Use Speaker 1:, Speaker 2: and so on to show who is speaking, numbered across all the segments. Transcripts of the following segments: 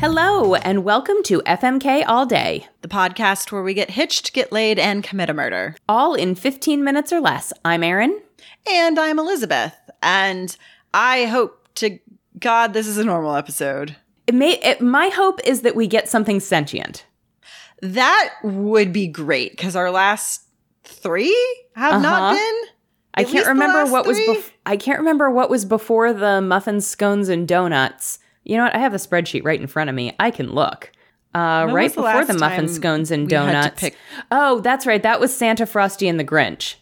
Speaker 1: Hello, and welcome to FMK All Day,
Speaker 2: the podcast where we get hitched, get laid, and commit a murder.
Speaker 1: all in 15 minutes or less. I'm Erin.
Speaker 2: And I'm Elizabeth, and I hope to God this is a normal episode.
Speaker 1: It may, it, my hope is that we get something sentient.
Speaker 2: That would be great because our last three have
Speaker 1: Uh-huh.
Speaker 2: not been.
Speaker 1: I
Speaker 2: At least
Speaker 1: can't
Speaker 2: the
Speaker 1: remember
Speaker 2: last
Speaker 1: what was
Speaker 2: three?
Speaker 1: bef- I can't remember what was before the muffins, scones, and donuts. You know what? I have the spreadsheet right in front of me. I can look. Uh,
Speaker 2: When
Speaker 1: right
Speaker 2: was the
Speaker 1: before the
Speaker 2: last
Speaker 1: muffins,
Speaker 2: time
Speaker 1: scones, and
Speaker 2: we had to
Speaker 1: donuts.
Speaker 2: pick-
Speaker 1: Oh, that's right. That was Santa Frosty and the Grinch.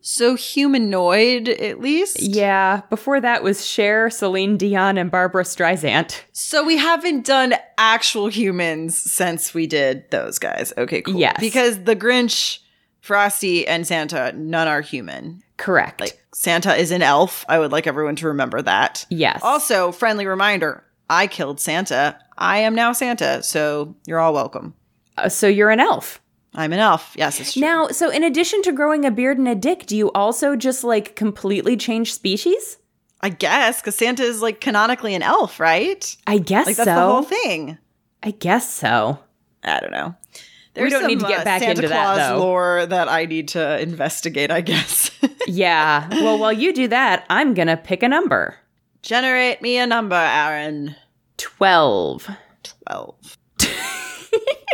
Speaker 2: So humanoid, at least.
Speaker 1: Yeah. Before that was Cher, Celine Dion, and Barbara Streisand.
Speaker 2: So we haven't done actual humans since we did those guys. Okay, cool.
Speaker 1: Yes.
Speaker 2: Because the Grinch, Frosty, and Santa, none are human.
Speaker 1: Correct.
Speaker 2: Like Santa is an elf. I would like everyone to remember that.
Speaker 1: yes.
Speaker 2: Also, friendly reminder I killed Santa. I am now Santa, so you're all welcome.
Speaker 1: Uh, so you're an elf.
Speaker 2: I'm an elf. Yes, it's true.
Speaker 1: Now, so in addition to growing a beard and a dick, do you also just like completely change species?
Speaker 2: I guess, because Santa is like canonically an elf, right?
Speaker 1: I guess
Speaker 2: Like
Speaker 1: so.
Speaker 2: that's the whole thing.
Speaker 1: I guess so.
Speaker 2: I don't know. uh,
Speaker 1: We don't need to get back
Speaker 2: Santa
Speaker 1: into that,
Speaker 2: Claus
Speaker 1: though.
Speaker 2: lore that I need to investigate, I guess.
Speaker 1: Yeah. well, while you do that, I'm going to pick a number
Speaker 2: Generate me a number, Aaron.
Speaker 1: 12.
Speaker 2: 12.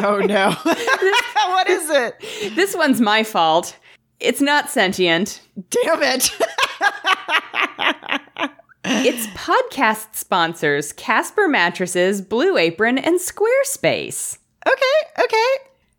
Speaker 2: oh no. what is it?
Speaker 1: This one's my fault. It's not sentient.
Speaker 2: Damn it.
Speaker 1: It's podcast sponsors Casper Mattresses, Blue Apron, and Squarespace.
Speaker 2: okay, okay,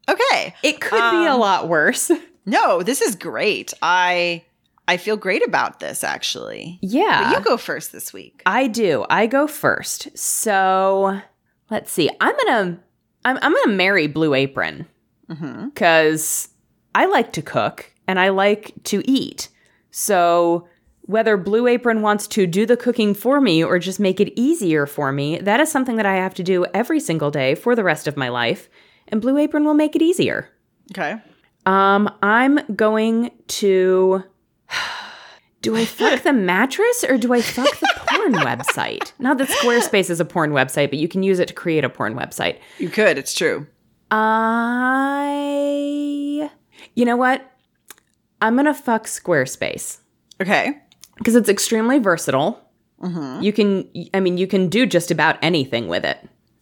Speaker 2: okay.
Speaker 1: It could be a
Speaker 2: Um,
Speaker 1: lot worse.
Speaker 2: No, this is great. I I feel great about this actually.
Speaker 1: Yeah.
Speaker 2: But you go first this week.
Speaker 1: I do. I go first. So let's see. I'm gonna I'm I'm gonna marry Blue Apron
Speaker 2: Mm-hmm.
Speaker 1: because I like to cook and I like to eat. So whether Blue Apron wants to do the cooking for me or just make it easier for me, that is something that I have to do every single day for the rest of my life. And Blue Apron will make it easier.
Speaker 2: Okay.
Speaker 1: Um, I'm going to. Do I fuck the mattress or do I fuck the porn website? Not that Squarespace is a porn website, but you can use it to create a porn website.
Speaker 2: You could, it's true.
Speaker 1: I. You know what? I'm going to fuck Squarespace
Speaker 2: Okay.
Speaker 1: because it's extremely versatile. You can, I mean, you can do just about anything with it.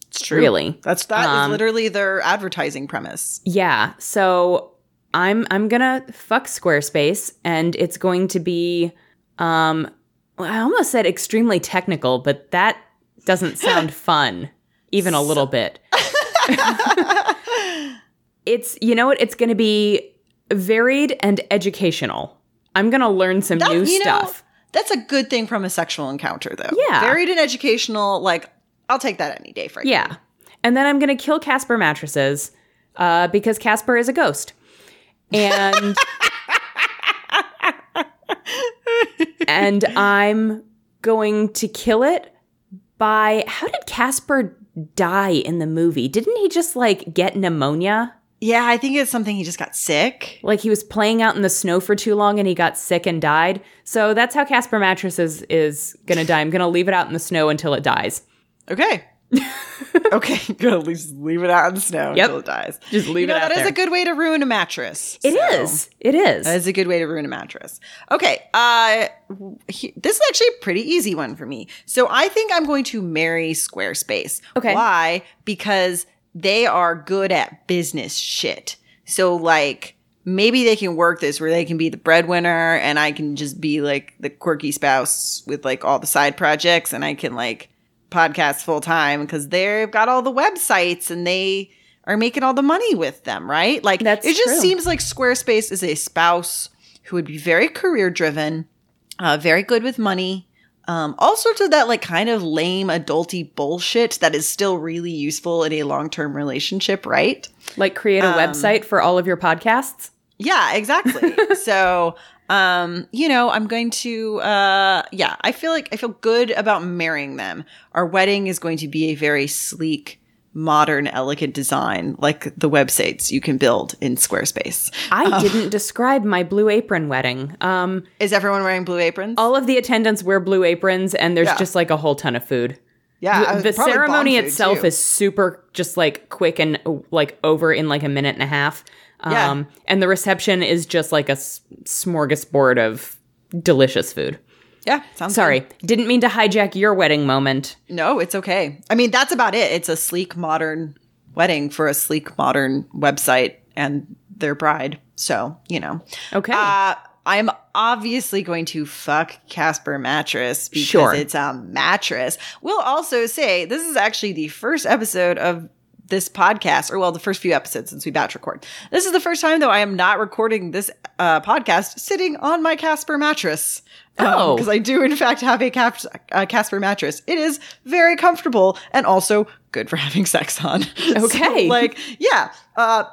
Speaker 2: It's true.
Speaker 1: Really?
Speaker 2: That's that is
Speaker 1: Um,
Speaker 2: literally their advertising premise.
Speaker 1: Yeah. So I'm I'm gonna fuck Squarespace, and it's going to be um well, I almost said extremely technical, but that doesn't sound fun even a little bit. it's you know what? It's going to be varied and educational. I'm gonna learn some new
Speaker 2: you know,
Speaker 1: stuff.
Speaker 2: that's a good thing from a sexual encounter though.
Speaker 1: Yeah.
Speaker 2: Varied and educational, like I'll take that any day, frankly.
Speaker 1: Yeah. And then I'm going to kill Casper mattresses uh, because Casper is a ghost. And and I'm going to kill it by how did Casper die in the movie? Didn't he just like get pneumonia?
Speaker 2: Yeah, I think it's something he just got sick.
Speaker 1: Like he was playing out in the snow for too long and he got sick and died. So that's how Casper mattresses is going to die. I'm going to leave it out in the snow until it dies.
Speaker 2: Okay. okay, good. At least leave it out in the snow
Speaker 1: Yep.
Speaker 2: until it dies.
Speaker 1: Just leave
Speaker 2: you know,
Speaker 1: it out
Speaker 2: That is
Speaker 1: there.
Speaker 2: a good way to ruin a mattress.
Speaker 1: It is. It is.
Speaker 2: That is a good way to ruin a mattress. Okay, uh, he- this is actually a pretty easy one for me. So I think I'm going to marry Squarespace.
Speaker 1: Okay.
Speaker 2: Why? Because they are good at business shit. So like maybe they can work this where they can be the breadwinner and I can just be like the quirky spouse with like all the side projects and I can like podcast full time because they've got all the websites and they are making all the money with them, right? Like
Speaker 1: That's
Speaker 2: it just
Speaker 1: true.
Speaker 2: seems like Squarespace is a spouse who would be very career driven, uh, very good with money, um, all sorts of that like kind of lame adulty bullshit that is still really useful in a long term relationship, right?
Speaker 1: Like create a
Speaker 2: Um,
Speaker 1: website for all of your podcasts?
Speaker 2: Yeah, exactly. so, um, you know, I'm going to, uh, yeah, I feel like I feel good about marrying them. Our wedding is going to be a very sleek, modern, elegant design, like the websites you can build in Squarespace.
Speaker 1: I didn't describe my blue apron wedding. Um,
Speaker 2: Is everyone wearing blue aprons?
Speaker 1: all of the attendants wear blue aprons and there's
Speaker 2: Yeah.
Speaker 1: just like a whole ton of food.
Speaker 2: Yeah,
Speaker 1: The-
Speaker 2: I was
Speaker 1: the
Speaker 2: probably
Speaker 1: ceremony
Speaker 2: bomb food,
Speaker 1: itself
Speaker 2: too.
Speaker 1: is super just like quick and like over in like a minute and a half. Um
Speaker 2: Yeah.
Speaker 1: and the reception is just like a s- smorgasbord of delicious food.
Speaker 2: yeah. Sounds
Speaker 1: Sorry, didn't mean to hijack your wedding moment.
Speaker 2: good. No, it's okay. I mean, that's about it. It's a sleek modern wedding for a sleek modern website and their bride. So you know,
Speaker 1: Okay.
Speaker 2: Uh, I'm obviously going to fuck Casper Mattress because
Speaker 1: Sure.
Speaker 2: it's a mattress. We'll also say this is actually the first episode of this podcast, or well, the first few episodes since we batch record. This is the first time, though, I am not recording this uh, podcast sitting on my Casper mattress.
Speaker 1: Oh.
Speaker 2: Because I do, in fact, have a Cas- uh, Casper mattress. It is very comfortable and also good for having sex on.
Speaker 1: Oh,
Speaker 2: So,
Speaker 1: Okay.
Speaker 2: like, yeah. Uh,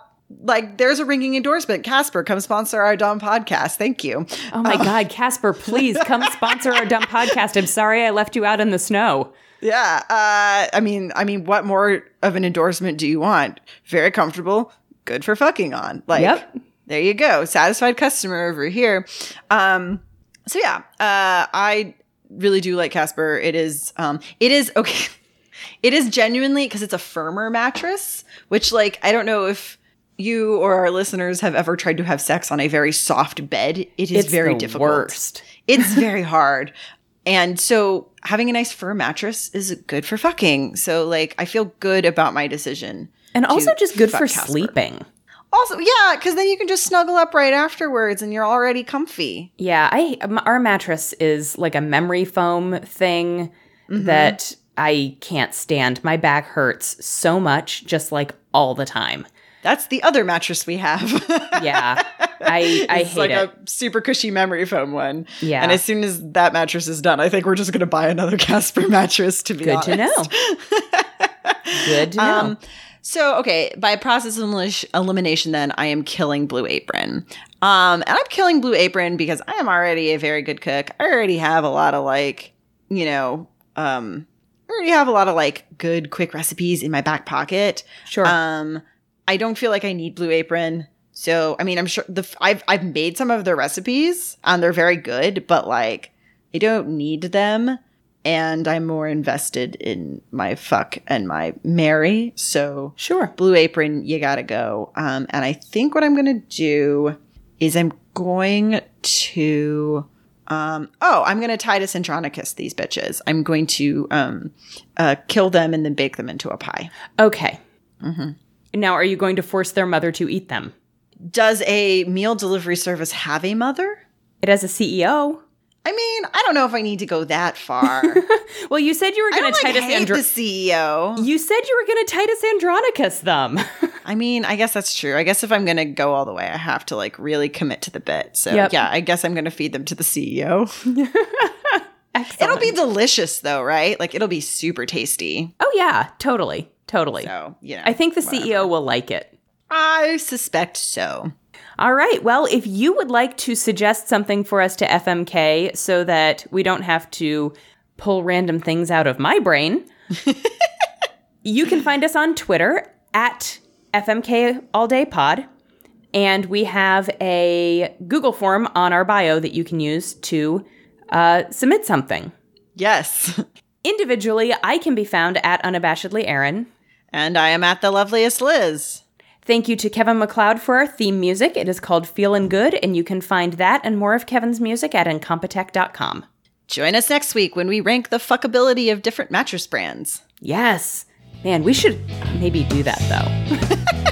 Speaker 2: like there's a ringing endorsement. Casper, come sponsor our dumb podcast. Thank you.
Speaker 1: oh my god, Casper, please come sponsor our dumb podcast. I'm sorry I left you out in the snow.
Speaker 2: Yeah. Uh, I mean, I mean, what more of an endorsement do you want? Very comfortable. Good for fucking on. Like,
Speaker 1: Yep.
Speaker 2: there you go. Satisfied customer over here. Um, so yeah, uh, I really do like Casper. It is, um, it is okay. It is genuinely because it's a firmer mattress, which like I don't know if you or our listeners have ever tried to have sex on a very soft bed. It is
Speaker 1: It's
Speaker 2: very
Speaker 1: the
Speaker 2: difficult.
Speaker 1: worst.
Speaker 2: It's very hard. And so having a nice fur mattress is good for fucking. So like I feel good about my decision.
Speaker 1: And
Speaker 2: to
Speaker 1: also just good
Speaker 2: fuck
Speaker 1: for
Speaker 2: Casper.
Speaker 1: sleeping.
Speaker 2: Also, yeah, because then you can just snuggle up right afterwards and you're already comfy.
Speaker 1: Yeah, I m- our mattress is like a memory foam thing that I can't stand. My back hurts so much just like all the time.
Speaker 2: That's the other mattress we have.
Speaker 1: Yeah. I I
Speaker 2: it's
Speaker 1: hate
Speaker 2: like
Speaker 1: it.
Speaker 2: a super cushy memory foam one.
Speaker 1: Yeah.
Speaker 2: And as soon as that mattress is done, I think we're just gonna buy another Casper mattress to be
Speaker 1: Good to
Speaker 2: honest.
Speaker 1: know. Good to know.
Speaker 2: Um, so okay, by process of elish- elimination, then I am killing Blue Apron. Um, and I'm killing Blue Apron because I am already a very good cook. I already have a lot of like, you know, um, I already have a lot of like good quick recipes in my back pocket.
Speaker 1: sure.
Speaker 2: Um, I don't feel like I need Blue Apron. So I mean, I'm sure the f- I've I've made some of their recipes and they're very good, but like I don't need them, and I'm more invested in my fuck and my Mary. So
Speaker 1: sure.
Speaker 2: Blue Apron, you gotta go. Um, and I think what I'm gonna do is I'm going to. Um, oh, I'm gonna Titus Andronicus these bitches. I'm going to um, uh, kill them and then bake them into a pie.
Speaker 1: Okay. Mm-hmm. Now are you going to force their mother to eat them?
Speaker 2: does a meal delivery service have a mother?
Speaker 1: It has a E CEO.
Speaker 2: I mean, I don't know if I need to go that far. I
Speaker 1: Well, you said you were going
Speaker 2: don't
Speaker 1: to
Speaker 2: like,
Speaker 1: Titus
Speaker 2: hate
Speaker 1: Andro-
Speaker 2: the E CEO.
Speaker 1: You said you were going to Titus Andronicus them.
Speaker 2: I mean, I guess that's true. I guess if I'm going to go all the way, I have to like really commit to the bit. So
Speaker 1: Yep.
Speaker 2: yeah, I guess I'm going to feed them to the CEO.
Speaker 1: Excellent.
Speaker 2: It'll be delicious though, right? Like it'll be super tasty.
Speaker 1: Oh yeah, totally. Totally.
Speaker 2: So yeah,
Speaker 1: I think the CEO will like it.
Speaker 2: I suspect so.
Speaker 1: All right. Well, if you would like to suggest something for us to FMK so that we don't have to pull random things out of my brain, you can find us on Twitter at FMK All Day Pod. And we have a Google form on our bio that you can use to uh, submit something.
Speaker 2: Yes.
Speaker 1: Individually, I can be found at unabashedly Aaron.
Speaker 2: And I am at the loveliest Liz.
Speaker 1: Thank you to Kevin McLeod for our theme music. It is called Feelin' Good, and you can find that and more of Kevin's music at incompetech.com.
Speaker 2: Join us next week when we rank the fuckability of different mattress brands.
Speaker 1: Yes. Man, we should maybe do that though.